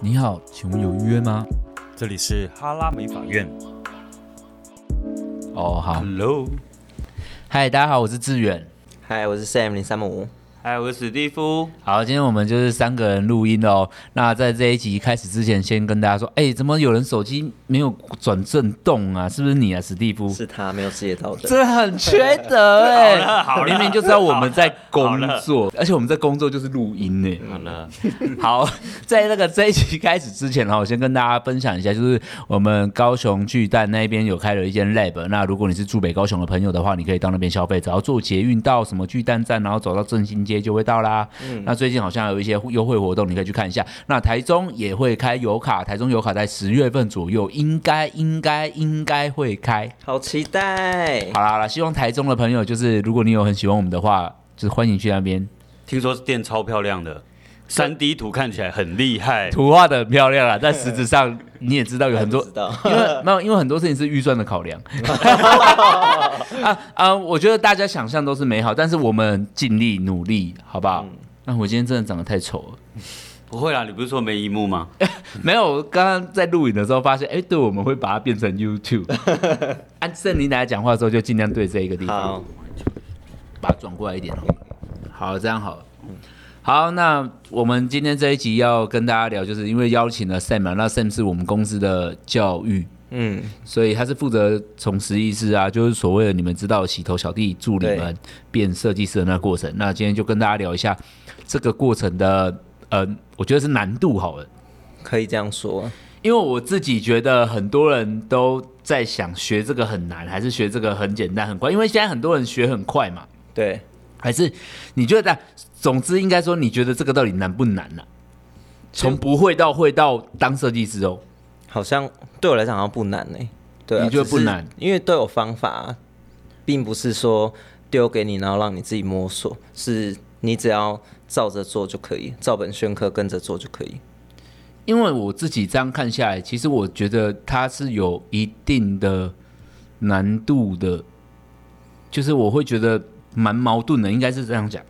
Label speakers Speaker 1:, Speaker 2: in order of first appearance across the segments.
Speaker 1: 你好，请问有预约吗？
Speaker 2: 这里是哈拉美法院。
Speaker 1: 哦，好，
Speaker 2: Hello，
Speaker 1: 嗨，大家好，我是志远。
Speaker 3: 嗨，我是 Sam 零三五。
Speaker 2: 嗨，我是史蒂夫。
Speaker 1: 好，今天我们就是三个人录音哦。那在这一集开始之前，先跟大家说，哎、怎么有人手机没有转震动啊？是不是你啊，史蒂夫？
Speaker 3: 是他没有职业道德。
Speaker 1: 这很缺 德哎、
Speaker 2: 好了好了
Speaker 1: 明明就知道我们在工
Speaker 2: 好了
Speaker 1: 作，而且我们在工作就是录音呢、
Speaker 2: 好了，
Speaker 1: 好，在那个这一期开始之前呢，我先跟大家分享一下，就是我们高雄巨蛋那边有开了一间 lab。那如果你是住北高雄的朋友的话，你可以到那边消费，只要坐捷运到什么巨蛋站，然后走到振兴街就会到啦。
Speaker 2: 嗯
Speaker 1: 那最近好像有一些优惠活动，你可以去看一下。那台中也会开油卡，台中油卡在十月份左右应该应该应该会开。
Speaker 3: 好期待！
Speaker 1: 好啦好啦，希望台中的朋友就是，如果你有很喜欢我们的话，就是欢迎去那边。
Speaker 2: 听说店超漂亮的，三 D 图看起来很厉害。
Speaker 1: 图画的很漂亮啦，但实质上你也知道有 很多
Speaker 3: 还不知道，
Speaker 1: 因为没有，因为很多事情是预算的考 量。啊啊，我觉得大家想象都是美好，但是我们尽力努力，好不
Speaker 3: 嗯
Speaker 1: 好？那、我今天真的长得太丑了，
Speaker 2: 不会啦，你不是说没一幕吗？
Speaker 1: 没有。我刚刚在录影的时候发现，哎、对，我们会把它变成 YouTube。按圣林来讲话的时候，就尽量对这一个地方。
Speaker 3: 好，
Speaker 1: 把它转过来一点哦。好，这样好了。好，那我们今天这一集要跟大家聊，就是因为邀请了 Sam 啊嘛，那 Sam 是我们公司的教育，
Speaker 3: 嗯，
Speaker 1: 所以他是负责从实习师啊，就是所谓的你们知道洗头小弟助理们
Speaker 3: 对
Speaker 1: 变设计师的那个过程。那今天就跟大家聊一下这个过程的，呃，我觉得是难度好了。
Speaker 3: 可以这样说。
Speaker 1: 因为我自己觉得很多人都在想学这个很难，还是学这个很简单很快？因为现在很多人学很快嘛，
Speaker 3: 对，
Speaker 1: 还是你觉得？总之，应该说，你觉得这个到底难不难呢、从不会到会到当设计师哦，
Speaker 3: 好像对我来讲好像不难呢、对、啊，
Speaker 1: 你觉得不
Speaker 3: 只是
Speaker 1: 难？
Speaker 3: 因为都有方法啊、并不是说丢给你，然后让你自己摸索，是你只要照着做就可以，照本宣科跟着做就可以。
Speaker 1: 因为我自己这样看下来，其实我觉得它是有一定的难度的，就是我会觉得蛮矛盾的，应该是这样讲。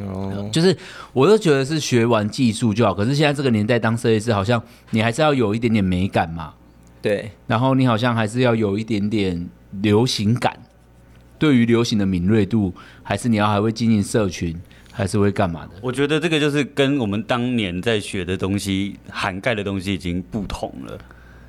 Speaker 3: 哦，
Speaker 1: 就是我都觉得是学完技术就好，可是现在这个年代当设计师，好像你还是要有一点点美感嘛，
Speaker 3: 对，
Speaker 1: 然后你好像还是要有一点点流行感，对于流行的敏锐度，还是你要还会经营社群，还是会干嘛的？
Speaker 2: 我觉得这个就是跟我们当年在学的东西涵盖的东西已经不同了。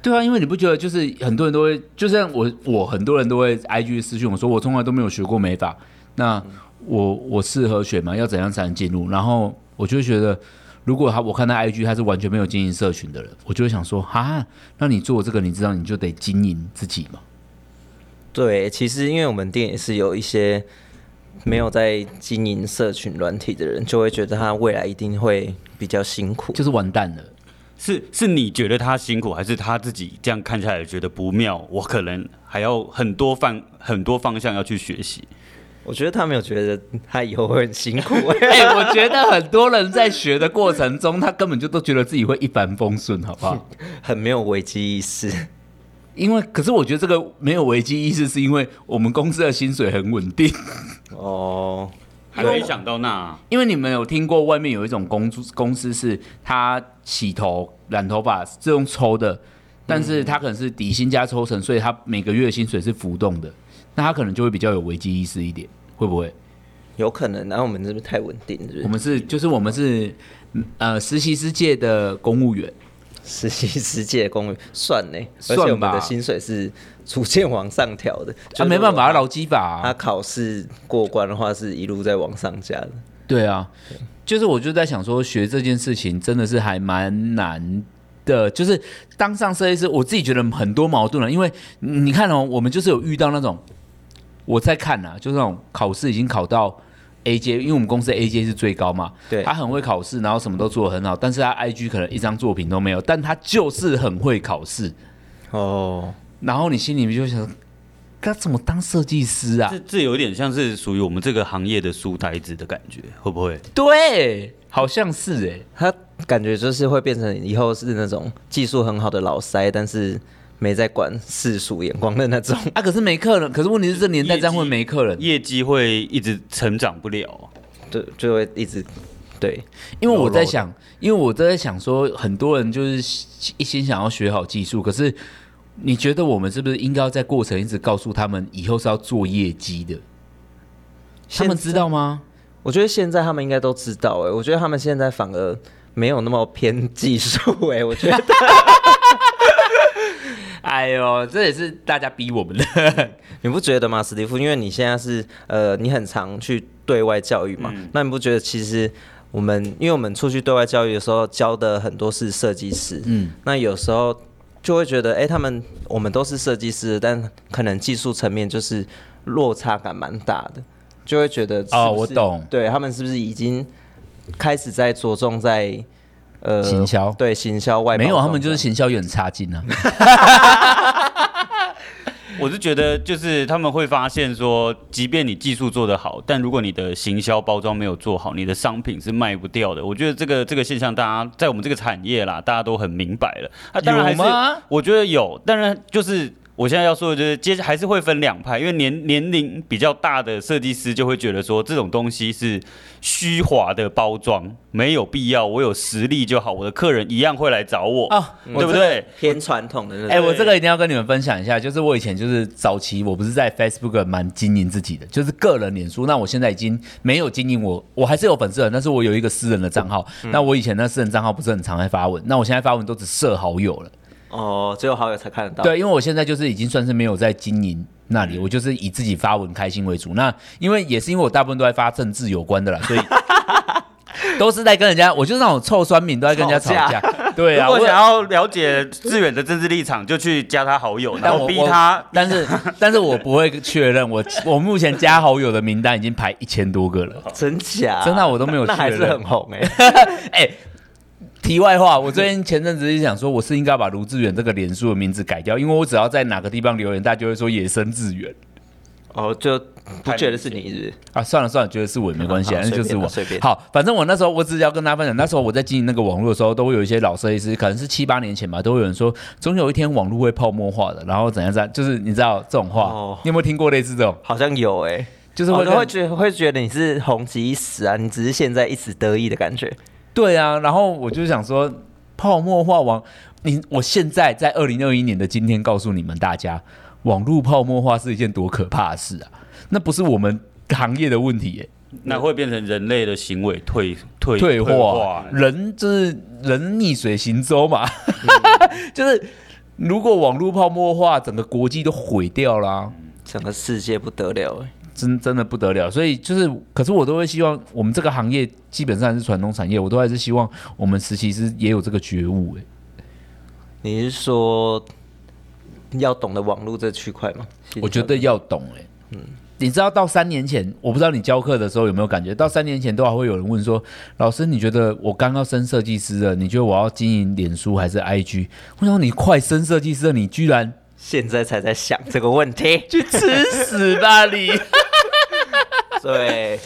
Speaker 1: 对啊，因为你不觉得就是很多人都会，就像我我很多人都会 IG 私讯我说我从来都没有学过美发，那我我适合学吗？要怎样才能进入？然后我就会觉得，如果他我看他 IG 他是完全没有经营社群的人，我就会想说哈，那你做这个你知道你就得经营自己嘛。
Speaker 3: 对，其实因为我们店也是有一些没有在经营社群软体的人，就会觉得他未来一定会比较辛苦。
Speaker 1: 就是完蛋了。
Speaker 2: 是是你觉得他辛苦，还是他自己这样看下来觉得不妙？我可能还要很多方很多方向要去学习。
Speaker 3: 我觉得他没有觉得他以后会很辛苦、
Speaker 1: 哎、我觉得很多人在学的过程中，他根本就都觉得自己会一帆风顺，好不好？
Speaker 3: 很没有危机意识。
Speaker 1: 因为，可是我觉得这个没有危机意识，是因为我们公司的薪水很稳定。
Speaker 3: 哦，
Speaker 2: 还没想到那啊、
Speaker 1: 因为你们有听过外面有一种公司公司是他洗头、染头发是用抽的，但是他可能是底薪加抽成，所以他每个月的薪水是浮动的，那他可能就会比较有危机意识一点，会不会？
Speaker 3: 有可能。然后我们是不是太稳定？是不
Speaker 1: 我
Speaker 3: 是？
Speaker 1: 们是就是我们是呃实习师界的公务员。啊
Speaker 3: 实习实界公寓算呢，而
Speaker 1: 算吧
Speaker 3: 且我们的薪水是逐渐往上调的。
Speaker 1: 他、
Speaker 3: 就
Speaker 1: 没办法，他
Speaker 3: 如果
Speaker 1: 劳基法、啊
Speaker 3: 他，他考试过关的话，是一路在往上加的。
Speaker 1: 对啊，就是我就在想说，学这件事情真的是还蛮难的。就是当上设计师，我自己觉得很多矛盾了，因为嗯你看哦，我们就是有遇到那种我在看啊，就是那种考试已经考到 A J，因为我们公司 A J 是最高嘛，
Speaker 3: 对
Speaker 1: 他很会考试，然后什么都做得很好，但是他 I G 可能一张作品都没有，但他就是很会考试。
Speaker 3: 哦，
Speaker 1: 然后你心里面就想，他怎么当设计师啊
Speaker 2: 这？这有点像是属于我们这个行业的书呆子的感觉，会不会？
Speaker 1: 对，好像是哎、
Speaker 3: 他感觉就是会变成以后是那种技术很好的老塞，但是没在管世俗眼光的那种。
Speaker 1: 啊，可是没客人，可是问题是这年代这样会没客人。
Speaker 2: 业绩会一直成长不了。
Speaker 3: 就就会一直对，
Speaker 1: 因为我在
Speaker 3: 肉肉
Speaker 1: 想，因为我都在想说，很多人就是一心想要学好技术，可是你觉得我们是不是应该要在过程一直告诉他们，以后是要做业绩的？他们知
Speaker 3: 现在，
Speaker 1: 道吗？
Speaker 3: 我觉得现在他们应该都知道哎、我觉得他们现在反而没有那么偏技术哎、我觉得
Speaker 1: 哎呦，这也是大家逼我 们的。
Speaker 3: 你不觉得吗，史蒂夫？因为你现在是呃，你很常去对外教育嘛，
Speaker 1: 嗯
Speaker 3: 那你不觉得其实？我们因为我们出去对外教育的时候教的很多是设计师，
Speaker 1: 嗯，
Speaker 3: 那有时候就会觉得，哎、他们我们都是设计师，但可能技术层面就是落差感蛮大的，就会觉得是不是
Speaker 1: 哦我懂
Speaker 3: 对他们是不是已经开始在着重在呃
Speaker 1: 行销
Speaker 3: 对行销外包
Speaker 1: 没有，他们
Speaker 3: 装
Speaker 1: 就是行销有很差劲啊。
Speaker 2: 我是觉得，就是他们会发现说，即便你技术做得好，但如果你的行销包装没有做好，你的商品是卖不掉的。我觉得这个这个现象，大家在我们这个产业啦，大家都很明白了。啊，当然还
Speaker 1: 有吗
Speaker 2: 是，我觉得有，当然就是。我现在要说的就是，接还是会分两派，因为年年龄比较大的设计师就会觉得说，这种东西是虚华的包装，没有必要。我有实力就好，我的客人一样会来找我，
Speaker 1: 哦
Speaker 2: 对不对？
Speaker 3: 偏传统的那种。
Speaker 1: 哎、我这个一定要跟你们分享一下，就是我以前就是早期我不是在 Facebook 蛮经营自己的，就是个人脸书。那我现在已经没有经营我，我还是有粉丝人，但是我有一个私人的账号。
Speaker 2: 嗯
Speaker 1: 那我以前那私人账号不是很常在发文，那我现在发文都只设好友了。
Speaker 3: 哦，只有好友才看得到。，
Speaker 1: 对，因为我现在就是已经算是没有在经营那
Speaker 2: 嗯
Speaker 1: 里，我就是以自己发文开心为主。那因为也是因为我大部分都在发政治有关的啦，所 以都是在跟人家，我就是那种臭酸民都在跟人家吵
Speaker 3: 吵
Speaker 1: 架。对
Speaker 2: 如
Speaker 1: 啊，
Speaker 2: 果
Speaker 1: 我
Speaker 2: 想要了解志远的政治立场，就去加他好友，然
Speaker 1: 但
Speaker 2: 后
Speaker 1: 我
Speaker 2: 逼
Speaker 1: 我
Speaker 2: 他。
Speaker 1: 但 是但是我不会确认，我我目前加好友的名单已经排一千多个了，
Speaker 3: 真假？
Speaker 1: 真的我都没有
Speaker 3: 啊那那还
Speaker 1: 确
Speaker 3: 是
Speaker 1: 认
Speaker 3: 很红哎、
Speaker 1: 哎、题外话，我最近前阵子就想说，我是应该把卢志远这个脸书的名字改掉，因为我只要在哪个地方留言，大家就会说野生志远
Speaker 3: 哦，就不觉得是你是不是？
Speaker 1: 啊。算了算了，觉得是我也没关系，啊，
Speaker 3: 好
Speaker 1: 那
Speaker 3: 随
Speaker 1: 就
Speaker 3: 便
Speaker 1: 是我。
Speaker 3: 随便
Speaker 1: 好，反正我那时候我只是要跟大家分享，那时候我在经营那个网络的时候，都会有一些老设计师，可能是七八年前吧，都会有人说，总有一天网络会泡沫化的，然后怎样怎样，就是你知道这种话，
Speaker 3: 哦
Speaker 1: 你有没有听过类似这种？
Speaker 3: 好像有哎、
Speaker 1: 就是
Speaker 3: 我
Speaker 1: 会
Speaker 3: 都
Speaker 1: 跟
Speaker 3: 会觉会觉得你是红极一时啊，你只是现在一时得意的感觉。
Speaker 1: 对啊，然后我就想说，泡沫化网，你我现在在二零二一年的今天告诉你们大家，网络泡沫化是一件多可怕的事啊！那不是我们行业的问题耶、
Speaker 2: 那会变成人类的行为退退
Speaker 1: 退
Speaker 2: 化
Speaker 1: 化，。啊人就是人逆水行舟嘛， 就是如果网络泡沫化，整个国际都毁掉啦、
Speaker 3: 整个世界不得了哎、
Speaker 1: 真真的不得了，所以就是，可是我都会希望我们这个行业基本上还是传统产业，我都还是希望我们实习师也有这个觉悟、欸。
Speaker 3: 你是说要懂得网络这区块吗？
Speaker 1: 我觉得要懂哎、你知道到三年前，我不知道你教课的时候有没有感觉到三年前都还会有人问说，老师你觉得我刚要升设计师了，你觉得我要经营脸书还是 IG？我想说你快升设计师了，你居然
Speaker 3: 现在才在想这个
Speaker 1: 。
Speaker 3: 问题
Speaker 1: 去吃屎吧你！
Speaker 3: 对，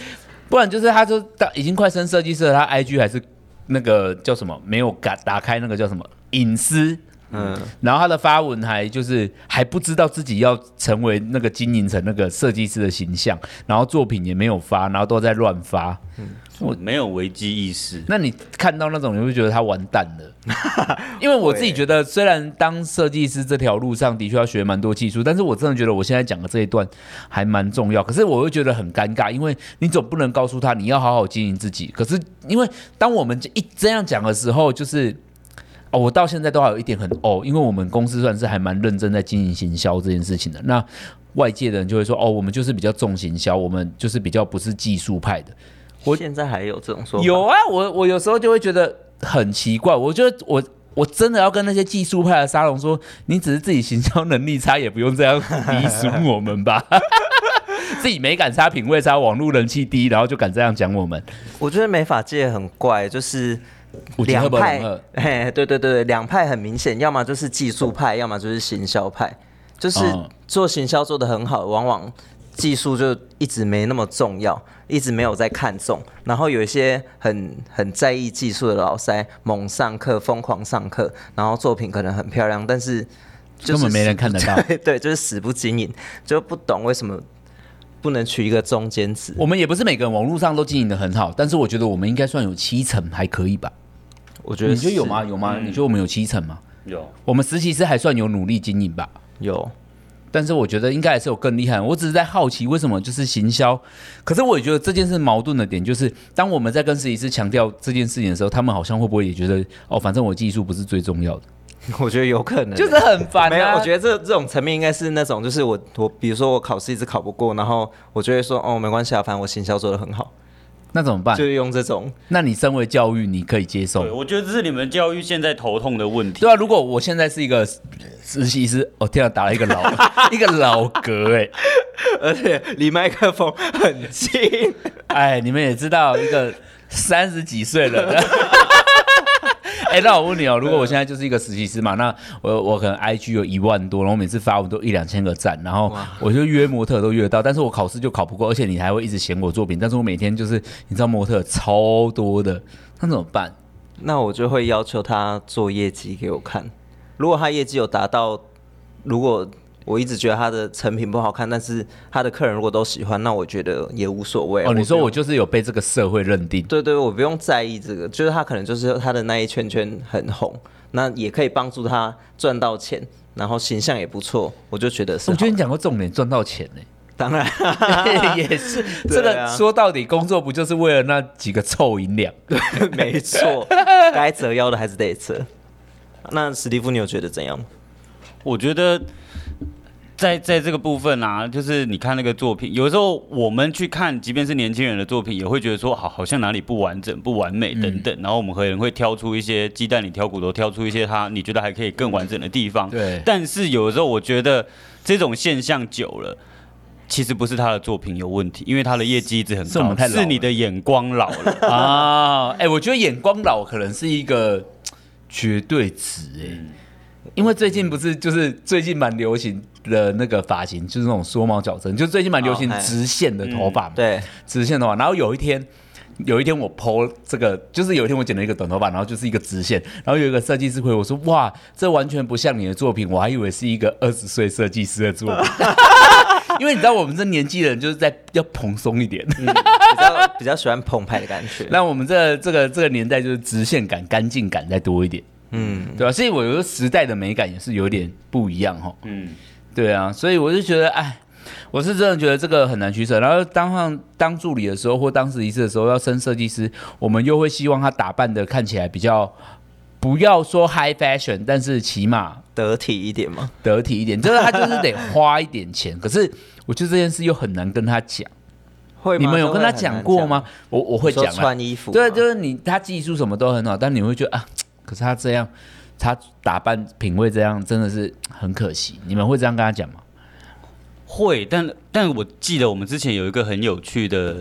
Speaker 1: 不然就是他就到已经快升设计师了，他 IG 还是那个叫什么没有打打开那个叫什么隐私。
Speaker 3: 嗯，
Speaker 1: 然后他的发文还就是还不知道自己要成为那个经营成那个设计师的形象，然后作品也没有发，然后都在乱发。
Speaker 2: 我没有危机意识，
Speaker 1: 那你看到那种，你会觉得他完蛋了。因为我自己觉得，虽然当设计师这条路上的确要学蛮多技术，但是我真的觉得我现在讲的这一段还蛮重要。可是我又觉得很尴尬，因为你总不能告诉他你要好好经营自己。可是因为当我们一这样讲的时候，就是。哦，我到现在都还有一点很哦，因为我们公司算是还蛮认真在经营行销这件事情的。那外界的人就会说，哦，我们就是比较重行销，我们就是比较不是技术派的。我
Speaker 3: 现在还有这种说法？
Speaker 1: 有啊，我我有时候就会觉得很奇怪，我觉得我我真的要跟那些技术派的沙龙说，你只是自己行销能力差，也不用这样逼死我们 吧。自己美感差、品味差、网络人气低，然后就敢这样讲我们，
Speaker 3: 我觉得美法界很怪，就是
Speaker 1: 我觉得
Speaker 3: 两
Speaker 1: 不
Speaker 3: 派
Speaker 1: 二，
Speaker 3: 嘿，对对对对，两派很明显，要么就是技术派，要么就是行销派。就是
Speaker 1: 嗯
Speaker 3: 做行销做得很好，往往技术就一直没那么重要，一直没有在看重。然后有一些很很在意技术的老塞，猛上课，疯狂上课，然后作品可能很漂亮，但是就
Speaker 1: 根
Speaker 3: 是
Speaker 1: 本没人看得到
Speaker 3: 对对，就是死不经营，就不懂为什么不能取一个中间值。
Speaker 1: 我们也不是每个人网络上都经营的很好，但是我觉得我们应该算有七成，还可以吧？
Speaker 3: 我觉得
Speaker 1: 你觉得有
Speaker 3: 是嗯
Speaker 1: 吗？？有吗？你觉得我们有七成吗？
Speaker 2: 有
Speaker 1: 我们实习生还算有努力经营吧？
Speaker 3: 有，
Speaker 1: 但是我觉得应该还是有更厉害的。我只是在好奇，为什么就是行销？可是我也觉得这件事矛盾的点就是，当我们在跟设计师强调这件事情的时候，他们好像会不会也觉得哦，反正我技术不是最重要的，
Speaker 3: 我觉得有可能，
Speaker 1: 就是很烦、啊。
Speaker 3: 没有，我觉
Speaker 1: 得
Speaker 3: 得这这种层面应该是那种，就是我我比如说我考试一直考不过，然后我就会说哦没关系啊，反正我行销做的很好，
Speaker 1: 那怎么办
Speaker 3: 就？是用这种
Speaker 1: 那你身为教育，你可以接
Speaker 2: 对，
Speaker 1: 受。
Speaker 2: 我觉得这是你们教育现在头痛的问题。
Speaker 1: 对啊，如果我现在是一个实习师，哦天啊，打了一个老 一个老嗝哎、
Speaker 3: 而且离麦克风很近。
Speaker 1: 哎，你们也知道，一个三十几岁了。 哎、那我问你哦，如果我现在就是一个实习师嘛，那我我可能 IG 有一万多，然后每次发文都一两千个赞，然后我就约模特都约得到，但是我考试就考不过，而且你还会一直嫌我作品，但是我每天就是你知道模特超多的，那怎么办？
Speaker 3: 那我就会要求他做业绩给我看，如果他业绩有达到，如果我一直觉得他的成品不好看，但是他的客人如果都喜欢，那我觉得也无所谓啊。
Speaker 1: 哦，你说
Speaker 3: 不
Speaker 1: 我
Speaker 3: 用
Speaker 1: 就是有被这个社会认定，
Speaker 3: 对对，我不用在意这个，就是他可能就是他的那一圈圈很红，那也可以帮助他赚到钱，然后形象也不错，我就觉得是
Speaker 1: 我
Speaker 3: 好。
Speaker 1: 觉得你讲过重点，赚到 钱呢、
Speaker 3: 当然，
Speaker 1: 也是，
Speaker 3: 对
Speaker 1: 这个
Speaker 3: 啊
Speaker 1: 说到底，工作不就是为了那几个臭银两？
Speaker 3: 没错，该折腰的还是得折。那史蒂夫，你有觉得怎样？
Speaker 2: 我觉得在在这个部分啊，就是你看那个作品，有时候我们去看，即便是年轻人的作品，也会觉得说，好，好像哪里不完整、不完美
Speaker 1: 嗯
Speaker 2: 等等。然后我们可能会挑出一些鸡蛋里挑骨头，挑出一些它你觉得还可以更完整的地方。
Speaker 1: 对
Speaker 2: 但是有的时候，我觉得这种现象久了。其实不是他的作品有问题，因为他的业绩一直很
Speaker 1: 是我
Speaker 2: 高
Speaker 1: 们，太老
Speaker 2: 是你
Speaker 1: 了
Speaker 2: 的眼光老了。
Speaker 1: 啊，哎、我觉得眼光老可能是一个嘖绝对值哎、
Speaker 3: 嗯
Speaker 1: 因为最近不是就是最近蛮流行的那个发型，就是那种缩毛矫正，就最近蛮流行
Speaker 3: 哦哎嗯
Speaker 1: 直线的头发嘛、
Speaker 3: 对，
Speaker 1: 直线头发。然后有一天，有一天我剖这个，就是有一天我剪了一个短头发，然后就是一个直线。然后有一个设计师回我说：“哇，这完全不像你的作品，我还以为是一 个二十岁设计师的作品。” 因为你知道我们这年纪人就是在要蓬松一点，
Speaker 3: 比较比较喜欢澎湃的感觉。
Speaker 1: 那我们这这个这个年代就是直线感、干净感再多一点，
Speaker 3: 嗯，
Speaker 1: 对吧、所以我觉得时代的美感也是有点不一样哈。
Speaker 2: 嗯，
Speaker 1: 对啊，所以我就觉得，哎，我是真的觉得这个很难取舍。然后当上当助理的时候，或当实习师的时候，要升设计师，我们又会希望他打扮的看起来比较，不要说 high fashion，但是起码
Speaker 3: 得体一点嘛。
Speaker 1: 得体一点。就是他就是得花一点钱，可是我觉得这件事又很难跟他讲。
Speaker 3: 会吗
Speaker 1: 你们有跟他讲过？吗？我我会
Speaker 3: 会
Speaker 1: 讲
Speaker 3: 讲
Speaker 1: 啊
Speaker 3: 穿衣服吗，
Speaker 1: 对，就是你他技术什么都很好，但你会觉得啊，可是他这样，他打扮品味这样真的是很可惜。你们会这样跟他讲吗？
Speaker 2: 会，但但我记得我们之前有一个很有趣的，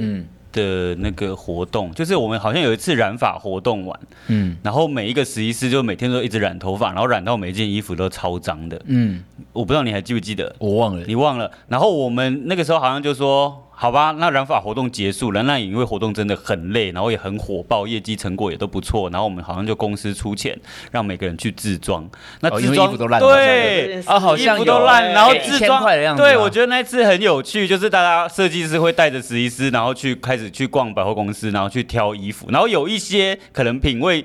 Speaker 2: 的那个活动，就是我们好像有一次染发活动完，
Speaker 1: 嗯
Speaker 2: 然后每一个实习师就每天都一直染头发，然后染到每一件衣服都超脏的。
Speaker 1: 嗯，
Speaker 2: 我不知道你还记不记得，
Speaker 1: 我忘了。
Speaker 2: 你忘了。然后我们那个时候好像就说，好吧，那染发活动结束了，那因为活动真的很累，然后也很火爆，业绩成果也都不错，然后我们好像就公司出钱让每个人去自装。那
Speaker 1: 哦因为
Speaker 2: 自装、
Speaker 1: 衣服都烂了
Speaker 2: 对
Speaker 3: 啊好
Speaker 1: 像
Speaker 2: 衣服都
Speaker 1: 有
Speaker 2: 烂，哎
Speaker 1: 欸
Speaker 2: 然后
Speaker 1: 给
Speaker 2: 自
Speaker 1: 1000
Speaker 2: 装
Speaker 1: 块的样子
Speaker 2: 对，
Speaker 1: 吗
Speaker 2: 我觉得那一次很有趣，就是大家设计师会带着实习师，然后去开始去逛百货公司，然后去挑衣服，然后有一些可能品味。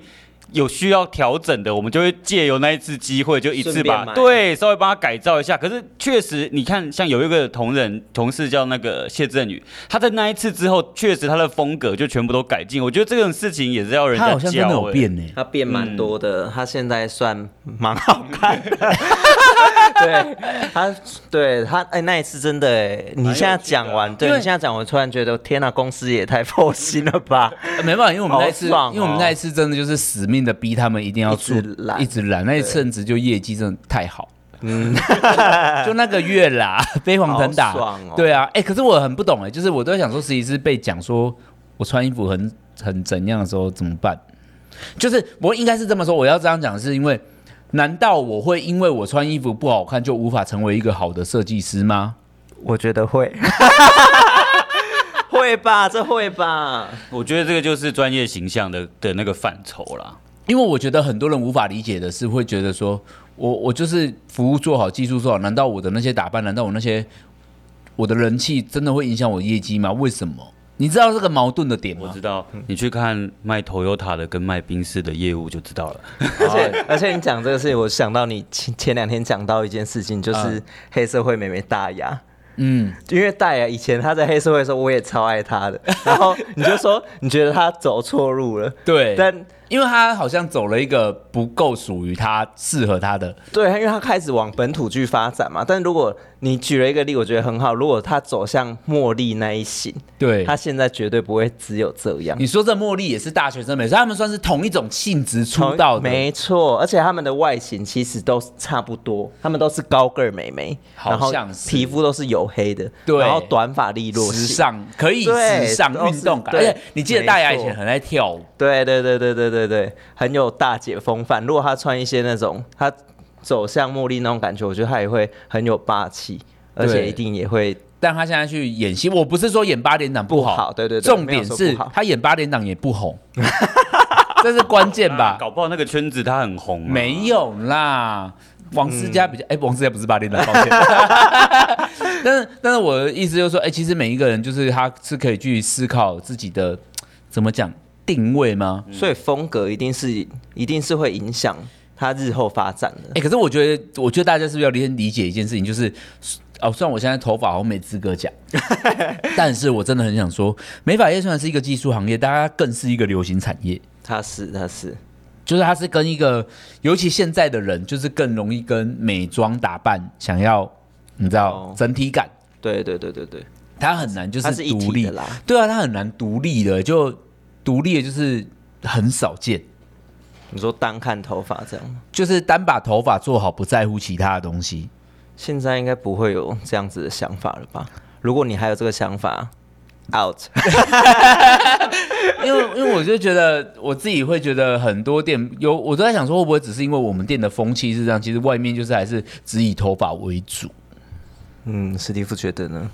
Speaker 2: 有需要调整的，我们就会借由那一次机会，就一次
Speaker 3: 顺便
Speaker 2: 把
Speaker 3: 买
Speaker 2: 对稍微帮他改造一下。可是确实，你看，像有一个同仁同事叫那个谢振宇，他在那一次之后，确实他的风格就全部都改进。我觉得这种事情也是要人
Speaker 1: 他
Speaker 2: 家
Speaker 1: 好像真的
Speaker 2: 教
Speaker 1: 有
Speaker 2: 欸
Speaker 1: 变呢、
Speaker 3: 他变蛮多的，他现在算蛮好看的。对他，对他，哎、那一次真的、哎，你现在讲完，对
Speaker 1: 因
Speaker 3: 你
Speaker 1: 为
Speaker 3: 现在讲，我突然觉得，天哪、公司也太佛心了吧！
Speaker 1: 呃没办法，因为我们那一次，
Speaker 3: 好爽哦
Speaker 1: 因为我们那一次真的就是死命的逼他们一定要做
Speaker 3: 一直懒
Speaker 1: 一直懒。那一阵子就业绩真的太好。嗯， 就那个月啦，飞黄腾达
Speaker 3: 好爽哦，
Speaker 1: 对啊，哎、可是我很不懂哎、就是我都在想说，实习师被讲说我穿衣服很很怎样的时候怎么办？就是我应该是这么说，我要这样讲，是因为难道我会因为我穿衣服不好看就无法成为一个好的设计师吗？
Speaker 3: 我觉得会， 会吧，这会吧。
Speaker 2: 我觉得这个就是专业形象的的那个范畴啦。
Speaker 1: 因为我觉得很多人无法理解的是，会觉得说我我就是服务做好，技术做好，难道我的那些打扮，难道我那些我的人气真的会影响我业绩吗？为什么？你知道这个矛盾的点
Speaker 2: 我
Speaker 1: 吗
Speaker 2: 知？道，你去看卖 Toyota 的跟卖宾士的业务就知道了。
Speaker 3: 而且而且你讲这个事情，我想到你前前两天讲到一件事情，就是黑社会妹妹大牙。
Speaker 1: 嗯，
Speaker 3: 因为大牙以前她在黑社会的时候，我也超爱她的。然后你就说你觉得她走错路了，
Speaker 1: 对，
Speaker 3: 但
Speaker 1: 因为他好像走了一个不够属于他、适合他的，
Speaker 3: 对，因为她开始往本土去发展嘛。但如果你举了一个例，我觉得很好。如果她走向茉莉那一型，
Speaker 1: 对
Speaker 3: 她现在绝对不会只有这样。
Speaker 1: 你说这茉莉也是大学生美，所以他们算是同一种性质出道的，
Speaker 3: 没错，而且他们的外形其实都差不多，他们都是高个儿美眉，
Speaker 1: 好
Speaker 3: 然后
Speaker 1: 像是
Speaker 3: 皮肤都是黝黑的，
Speaker 1: 对
Speaker 3: 然后短发利落，
Speaker 1: 时，尚可以
Speaker 3: 对
Speaker 1: 时尚
Speaker 3: 都是
Speaker 1: 运动感，而
Speaker 3: 对
Speaker 1: 且你记得大牙以
Speaker 3: 没
Speaker 1: 前
Speaker 3: 错
Speaker 1: 很爱跳舞，
Speaker 3: 对对对对对对对，很有大姐风范。如果她穿一些那种，她走向茉莉那种感觉，我觉得她也会很有霸气，而且
Speaker 1: 对
Speaker 3: 一定也会
Speaker 1: 但他现在去演戏，我不是说演八点档不好，
Speaker 3: 不好对对对
Speaker 1: 重
Speaker 3: 没有
Speaker 1: 点
Speaker 3: 说
Speaker 1: 是
Speaker 3: 不好
Speaker 1: 他演八点档也不红， 这是关键 吧？
Speaker 2: 搞不好那个圈子他很红、啊。
Speaker 1: 没有啦，王思佳
Speaker 3: 嗯
Speaker 1: 比较，哎、王思佳不是八点档，抱歉。 但是，但是我的意思就是说，哎、其实每一个人就是他是可以去思考自己的怎么讲定位吗？
Speaker 3: 所以风格一定是一定是会影响她日后发展的
Speaker 1: 哎、。可是我觉得，我觉得大家是不是要先理解一件事情，就是。哦，虽然我现在头发好像没资格 讲，但是我真的很想说，美发业虽然是一个技术行业，但它更是一个流行产业。
Speaker 3: 她是她是，
Speaker 1: 就是他是跟一个，尤其现在的人，就是更容易跟美妆打扮想要，你知道、
Speaker 3: 哦
Speaker 1: 整体感，
Speaker 3: 对对对对对，
Speaker 1: 他很难就
Speaker 3: 它是一
Speaker 1: 独
Speaker 3: 体
Speaker 1: 立
Speaker 3: 的啦。
Speaker 1: 对啊，他很难独立的，就独立的就是很少见，
Speaker 3: 你说单看头发这样吗？
Speaker 1: 就是单把头发做好，不在乎其他的东西。
Speaker 3: 现在应该不会有这样子的想法了吧？如果你还有这个想法，out。
Speaker 1: 因为因为我就觉得我自己会觉得很多店有，我都在想说会不会只是因为我们店的风气是这样，其实外面就是还是只以头发为主。
Speaker 3: 嗯，史蒂夫觉得呢？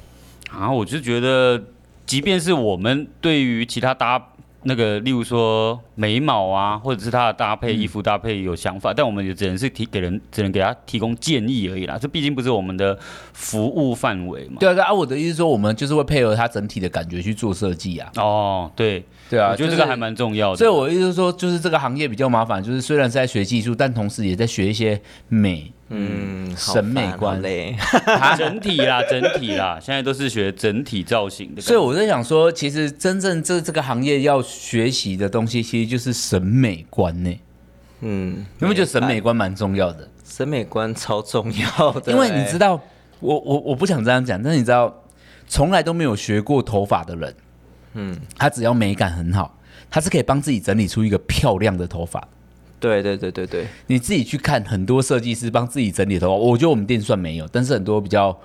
Speaker 2: 啊，我就觉得，即便是我们对于其他搭那个，例如说眉毛啊，或者是它的搭
Speaker 1: 嗯
Speaker 2: 配、衣服搭配有想法，但我们也只能是提给人，只能给他提供建议而已啦。这毕竟不是我们的服务范围嘛。
Speaker 1: 对啊，对啊，我的意思是说，我们就是会配合它整体的感觉去做设计啊。
Speaker 2: 哦，对，
Speaker 1: 对啊，
Speaker 2: 我觉得这
Speaker 1: 就
Speaker 2: 个
Speaker 1: 是
Speaker 2: 还蛮重要的。
Speaker 1: 所以我的意思是说，就是这个行业比较麻烦，就是虽然是在学技术，但同时也在学一些美。
Speaker 3: 嗯，好
Speaker 1: 审美
Speaker 3: 烦
Speaker 1: 观
Speaker 3: 好嘞。
Speaker 2: 整体啦，整体啦，现在都是学整体造型的。
Speaker 1: 所以我在想说，其实真正这这个行业要学习的东西，其实就是审美观呢、
Speaker 3: 嗯，
Speaker 1: 你有没有觉得审美
Speaker 3: 明白
Speaker 1: 观蛮重要的？
Speaker 3: 审美观超重要的欸？
Speaker 1: 因为你知道，我我我不想这样讲，但是你知道，从来都没有学过头发的人，嗯，他只要美感很好，他是可以帮自己整理出一个漂亮的头发。
Speaker 3: 对对对对对，
Speaker 1: 你自己去看很多设计师帮自己整理头发，我觉得我们店算没有，但是很多比较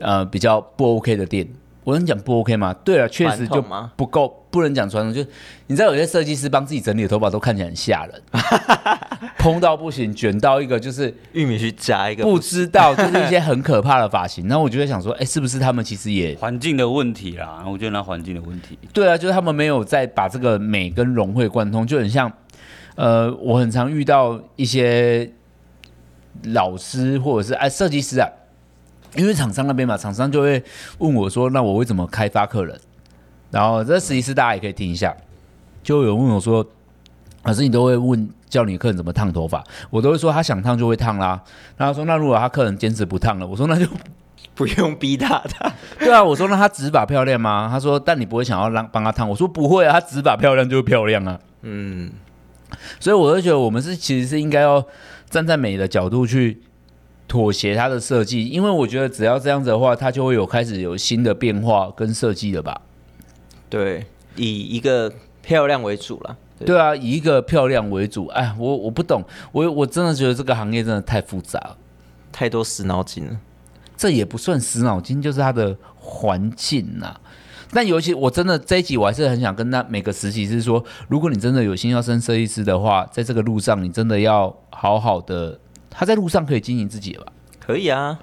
Speaker 1: 呃比较不 OK 的店，我能讲不 OK 吗？对了，确实
Speaker 3: 传
Speaker 1: 就
Speaker 3: 统吗
Speaker 1: 不够，不能讲传统，就是你知道有些设计师帮自己整理的头发都看起来很吓人， 蓬到不行，卷到一个就是
Speaker 3: 玉米须夹一个
Speaker 1: 不知道，就是一些很可怕的发型。然后我就在想说，哎、是不是他们其实也
Speaker 2: 环境的问题啦，我觉得那环境的问题。
Speaker 1: 对啊，就是他们没有在把这个美跟融会贯通，就很像，呃，我很常遇到一些老师或者是哎设计师啊，因为厂商那边嘛，厂商就会问我说，那我会怎么开发客人？然后这实习师大家也可以听一下，就有人问我说，老师你都会问叫你客人怎么烫头发，我都会说他想烫就会烫啦。然后他说那如果他客人坚持不烫了，我说那就
Speaker 3: 不用逼他的，
Speaker 1: 对啊，我说那她指法漂亮吗？她说，但你不会想要让帮她烫。我说不会啊，她指法漂亮就是漂亮啊。
Speaker 3: 嗯，
Speaker 1: 所以我就觉得我们是其实是应该要站在美的角度去妥协她的设计，因为我觉得只要这样子的话，它就会有开始有新的变化跟设计了吧？
Speaker 3: 对，以一个漂亮为主啦。对
Speaker 1: 对啊，以一个漂亮为主。哎，我我不懂，我我真的觉得这个行业真的太复杂了。
Speaker 3: 太多死脑筋了。
Speaker 1: 这也不算死脑筋，就是它的环境呐、但尤其我真的这一集，我还是很想跟那每个实习师说，如果你真的有心要升设计师的话，在这个路上你真的要好好的。他在路上可以经营自己了吧？
Speaker 3: 可以啊，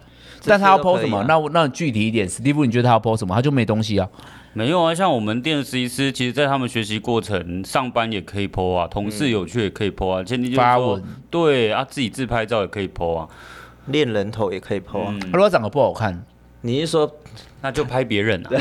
Speaker 1: 但他要
Speaker 3: 这些都
Speaker 1: PO
Speaker 3: 可以
Speaker 1: 什
Speaker 3: 啊
Speaker 1: 么？那我那你具体一点，史蒂夫，你觉得他要 PO 什么？他就没东西啊。
Speaker 2: 没有啊，像我们店的实习师，其实在他们学习过程，上班也可以 PO 啊，同事有趣也可以 PO 啊，前提就是
Speaker 1: 嗯发
Speaker 2: 说
Speaker 1: 文，
Speaker 2: 对啊，自己自拍照也可以 PO 啊。
Speaker 3: 恋人头也可以剖啊。
Speaker 1: 嗯他如果长得不好看，
Speaker 3: 你是说
Speaker 2: 那就拍别人啊。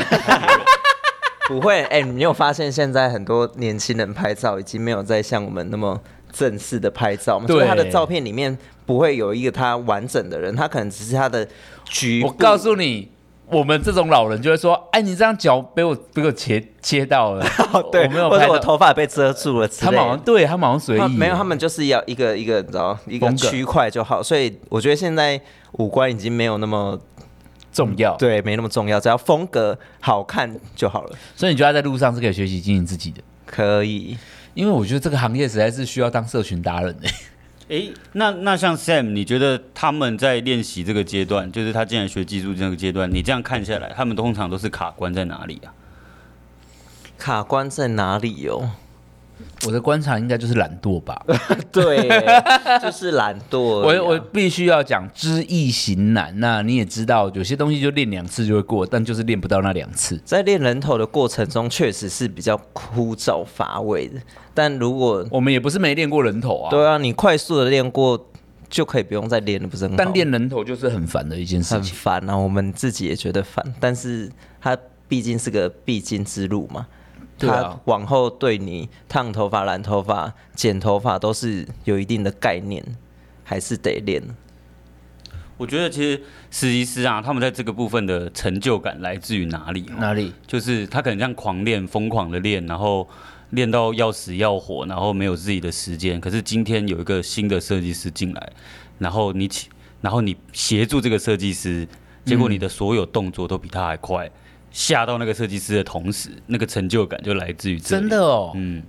Speaker 3: 不会？ 哎、你有发现现在很多年轻人拍照已经没有再像我们那么正式的拍照吗？
Speaker 1: 对
Speaker 3: 所以他的照片里面不会有一个他完整的人，他可能只是他的局部。
Speaker 1: 我告诉你，我们这种老人就会说：“哎，你这样脚被我被我切切到了，
Speaker 3: 哦对，
Speaker 1: 我没有
Speaker 3: 或
Speaker 1: 拍
Speaker 3: 者我
Speaker 1: 到。”
Speaker 3: 头发被遮住了之
Speaker 1: 他
Speaker 3: 类
Speaker 1: 们好像
Speaker 3: 的。
Speaker 1: 对他们好像随
Speaker 3: 他
Speaker 1: 意，
Speaker 3: 没有，他们就是要一个一个，你知道，一个
Speaker 1: 风格
Speaker 3: 区块就好。所以我觉得现在五官已经没有那么
Speaker 1: 重要。
Speaker 3: 对，没那么重要，只要风格好看就好了。
Speaker 1: 所以你觉得他在路上是可以学习经营自己的？
Speaker 3: 可以，
Speaker 1: 因为我觉得这个行业实在是需要当社群达人的、 欸
Speaker 2: 诶，那那像 Sam，你觉得他们在练习这个阶段，就是他进来学技术这个阶段，你这样看下来，他们通常都是卡关在哪里啊？
Speaker 3: 卡关在哪里哦？
Speaker 1: 我的观察应该就是懒惰吧。
Speaker 3: 对， 就是懒惰而已啊、
Speaker 1: 我我必须要讲知易行难。那你也知道，有些东西就练两次就会过，但就是练不到那两次。
Speaker 3: 在练人头的过程中，确实是比较枯燥乏味的。但如果
Speaker 1: 我们也不是没练过人头啊，
Speaker 3: 对啊，你快速的练过，就可以不用再练了，不是很好？
Speaker 1: 但练人头就是很烦的一件事
Speaker 3: 很
Speaker 1: 情。
Speaker 3: 烦啊，我们自己也觉得烦，但是它毕竟是个必经之路嘛。
Speaker 1: 对啊
Speaker 3: 它往后对你烫头发、染头发、剪头发都是有一定的概念，还是得练。
Speaker 2: 我觉得其实实习师啊，他们在这个部分的成就感来自于哪
Speaker 3: 嗯
Speaker 2: 里、哦？
Speaker 1: 哪里？
Speaker 2: 就是他可能这样狂练、疯狂的练，然后练到要死要活，然后没有自己的时间。可是今天有一个新的设计师进来，然后你起，然后你协助这个设计师，结果你的所有动作都比他还快。吓到那个设计师的同时，那个成就感就来自于这里
Speaker 1: 真的哦，
Speaker 2: 嗯，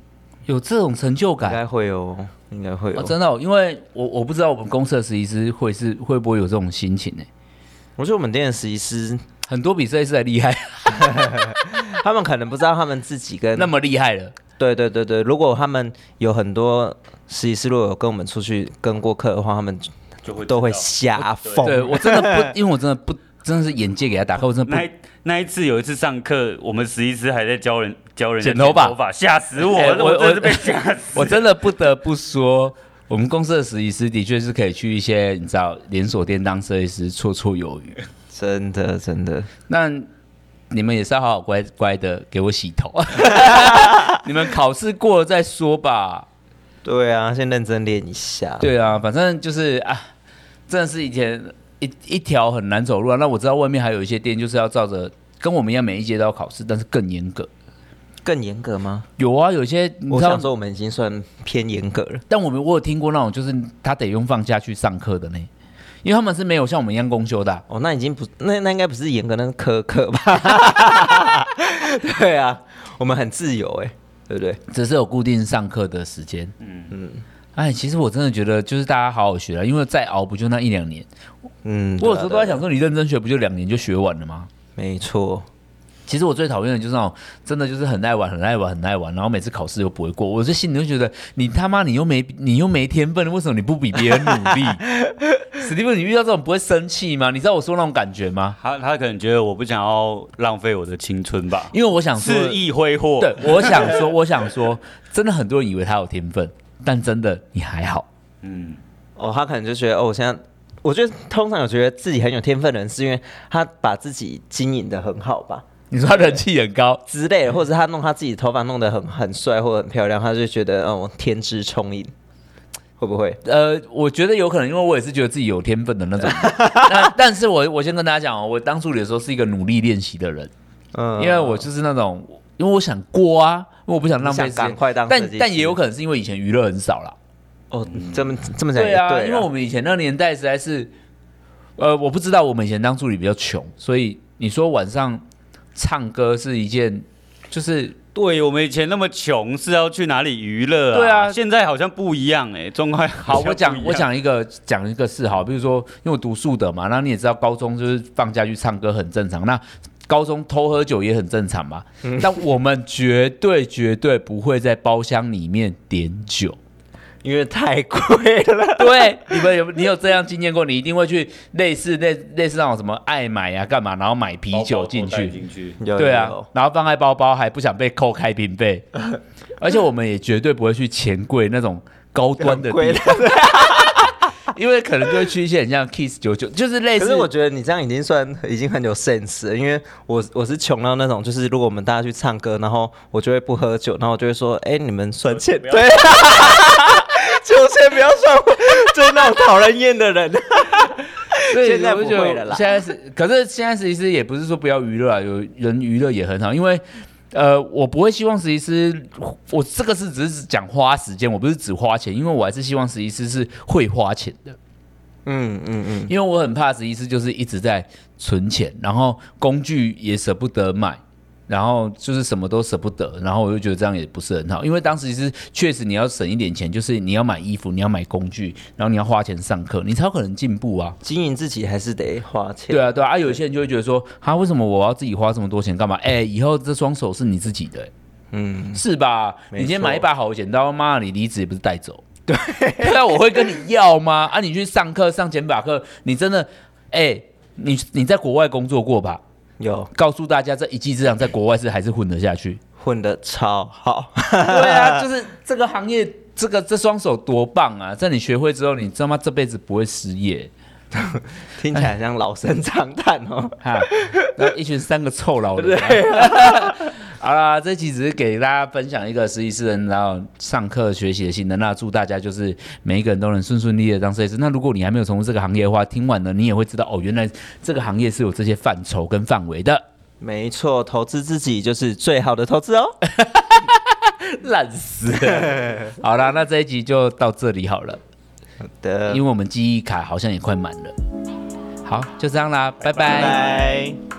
Speaker 1: 有这种成就
Speaker 3: 应
Speaker 1: 感。
Speaker 3: 该会哦，应该会有。
Speaker 1: 哦、真的哦、因为我我不知道我们公司的实习师会是会不会有这种心情呢、
Speaker 3: 我觉得我们店的实习师，
Speaker 1: 很多比设计师还厉害，
Speaker 3: 他们可能不知道他们自己跟
Speaker 1: 那么厉害了，
Speaker 3: 对对对对，如果他们有很多实习师，如果有跟我们出去跟过课的话，他们
Speaker 2: 就会
Speaker 3: 都会
Speaker 2: 知道
Speaker 3: 吓疯。
Speaker 1: 对我真的不，因为我真的不，真的是眼界给他打开，我真的
Speaker 2: 那
Speaker 1: 不
Speaker 2: 一那一次有一次上课，我们实习师还在教人教人家
Speaker 1: 剪头发
Speaker 2: 吓死我
Speaker 1: 哎
Speaker 2: 了！
Speaker 1: 我
Speaker 2: 我真的是
Speaker 1: 我
Speaker 2: 被吓死。
Speaker 1: 我真的不得不说，我们公司的实习师的确是可以去一些你知道连锁店当设计师绰绰有余。
Speaker 3: 真的真的，
Speaker 1: 那你们也是要好好乖乖的给我洗头， 你们考试过了再说吧。
Speaker 3: 对啊，先认真练一下。
Speaker 1: 对啊，反正就是啊，真的是一天一一条很难走路啊。那我知道外面还有一些店就是要照着跟我们一样每一节都要考试，但是更严格。
Speaker 3: 更严格吗？
Speaker 1: 有啊，有些你
Speaker 3: 我
Speaker 1: 知道
Speaker 3: 想，说我们已经算偏严格了。
Speaker 1: 但我们我有听过那种就是他得用放假去上课的呢，因为他们是没有像我们一样公休的啊、
Speaker 3: 哦，那已经不，那那应该不是严格，那是苛刻吧？ 对啊，我们很自由哎、对不对？
Speaker 1: 只是有固定上课的时间。嗯嗯，哎，其实我真的觉得就是大家好好学了，因为再熬不就那一两年。
Speaker 3: 嗯，
Speaker 1: 我有时候
Speaker 3: 对
Speaker 1: 都
Speaker 3: 啊
Speaker 1: 在想说，你认真学不就两年就学完了吗？
Speaker 3: 没错，
Speaker 1: 其实我最讨厌的就是那种真的就是很爱玩、很爱玩、很爱玩，然后每次考试又不会过，我就心里就觉得你他妈你又没你又没天分，为什么你不比别人努力？史蒂夫，你遇到这种不会生气吗？你知道我说那种感觉吗？
Speaker 2: 他他可能觉得我不想要浪费我的青春吧，
Speaker 1: 因为我想说，
Speaker 2: 肆意挥霍。
Speaker 1: 对，我想说， 我想说，真的很多人以为他有天分，但真的你还好。
Speaker 2: 嗯，
Speaker 3: 哦，他可能就觉得哦，我现在。我觉得通常有觉得自己很有天分的人，是因为他把自己经营的很好吧，
Speaker 1: 你说他人气很高，
Speaker 3: 之类
Speaker 1: 嗯
Speaker 3: 的，或者他弄他自己头发弄得很很帅或者很漂亮，他就觉得哦，我天资聪颖，会不会？
Speaker 1: 呃，我觉得有可能，因为我也是觉得自己有天分的 那种人。那但是我我先跟大家讲哦，我当初的时候是一个努力练习的人，
Speaker 3: 嗯
Speaker 1: 因为我就是那种，因为我想过啊，因为我不想浪费
Speaker 3: 你
Speaker 1: 时
Speaker 3: 想赶
Speaker 1: 间。
Speaker 3: 快当设
Speaker 1: 但
Speaker 3: 计师
Speaker 1: 但也有可能是因为以前娱乐很少啦。
Speaker 3: 哦，这么这么讲也
Speaker 1: 对
Speaker 3: 对
Speaker 1: 啊，
Speaker 3: 啦，
Speaker 1: 因为我们以前那个年代实在是，呃，我不知道我们以前当助理比较穷，所以你说晚上唱歌是一件，就是
Speaker 2: 对我们以前那么穷是要去哪里娱乐啊？
Speaker 1: 对啊
Speaker 2: 现在好像不一样哎，状况
Speaker 1: 好，
Speaker 2: 像
Speaker 1: 我讲
Speaker 2: 不一样
Speaker 1: 我，讲一个讲一个事好，比如说，因为我读书的嘛，那你也知道，高中就是放假去唱歌很正常，那高中偷喝酒也很正常嘛。
Speaker 2: 嗯
Speaker 1: 但我们绝对绝对不会在包厢里面点 酒。
Speaker 3: 因为太贵了，
Speaker 1: 对，你们有你有这样经验过？你一定会去类似类类似那种什么爱买啊干嘛，然后买啤酒进
Speaker 2: 包包
Speaker 1: 去。
Speaker 2: 带进去。
Speaker 3: 有
Speaker 1: 对啊，然后放在包包还不想被扣开瓶 费，而且我们也绝对不会去钱柜那种高端的地
Speaker 3: 很贵
Speaker 1: 方。因为可能就会去一些很像 Kiss 九九，欸就是类
Speaker 3: 可
Speaker 1: 似
Speaker 3: 是我觉得你这样已经算已经很有 sense 了，因为我我是穷到那种，就是如果我们大家去唱歌，然后我就会不喝酒，然后我就会说，哎、你们算钱
Speaker 2: 不要
Speaker 3: 对， 酒钱不要算我，就是那种讨人厌的人。
Speaker 1: 所以
Speaker 3: 现在
Speaker 1: 我
Speaker 3: 不
Speaker 1: 就觉得
Speaker 3: 会了啦
Speaker 1: 现在是，可是现在实习师也不是说不要娱乐啊，有人娱乐也很好，因为。呃，我不会希望实习师，我这个是只是讲花时间，我不是只花钱，因为我还是希望实习师是会花钱的，
Speaker 3: 嗯嗯嗯，
Speaker 1: 因为我很怕实习师就是一直在存钱，然后工具也舍不得买，然后就是什么都舍不得，然后我就觉得这样也不是很好，因为当时是确实你要省一点钱，就是你要买衣服，你要买工具，然后你要花钱上课，你才有可能进步啊。
Speaker 3: 经营自己还是得花钱。
Speaker 1: 对啊，对啊，啊，有些人就会觉得说，啊，为什么我要自己花这么多钱干嘛？哎、以后这双手是你自己的、
Speaker 3: 嗯，
Speaker 1: 是吧？
Speaker 3: 没
Speaker 1: 你今天
Speaker 3: 错
Speaker 1: 买一把好剪刀，妈，你离职也不是带走， 对，那我会跟你要吗？啊，你去上课上减法课，你真的，哎、你你在国外工作过吧？
Speaker 3: 有
Speaker 1: 告诉大家，这一技之长在国外是还是混得下 去。
Speaker 3: 混的超好，
Speaker 1: 对啊，就是这个行业，这个这双手多棒啊！在你学会之后，你他妈这辈子不会失业。
Speaker 3: 听起来像老生常谈哦。
Speaker 1: 哈，那一群三个臭老人。啊 好啦，这期只是给大家分享一个实习师人然后上课学习的心得。那祝大家就是每一个人都能顺顺利利的当设计师。那如果你还没有从事这个行业的话，听完了你也会知道哦，原来这个行业是有这些范畴跟范围的。
Speaker 3: 没错，投资自己就是最好的投资哦。
Speaker 1: 哎烂死了 好啦，那这一集就到这里好了，
Speaker 3: 好的
Speaker 1: 嗯因为，我们记忆卡好像也快满了。好，就这样啦，拜
Speaker 3: 拜
Speaker 1: 拜
Speaker 3: 拜。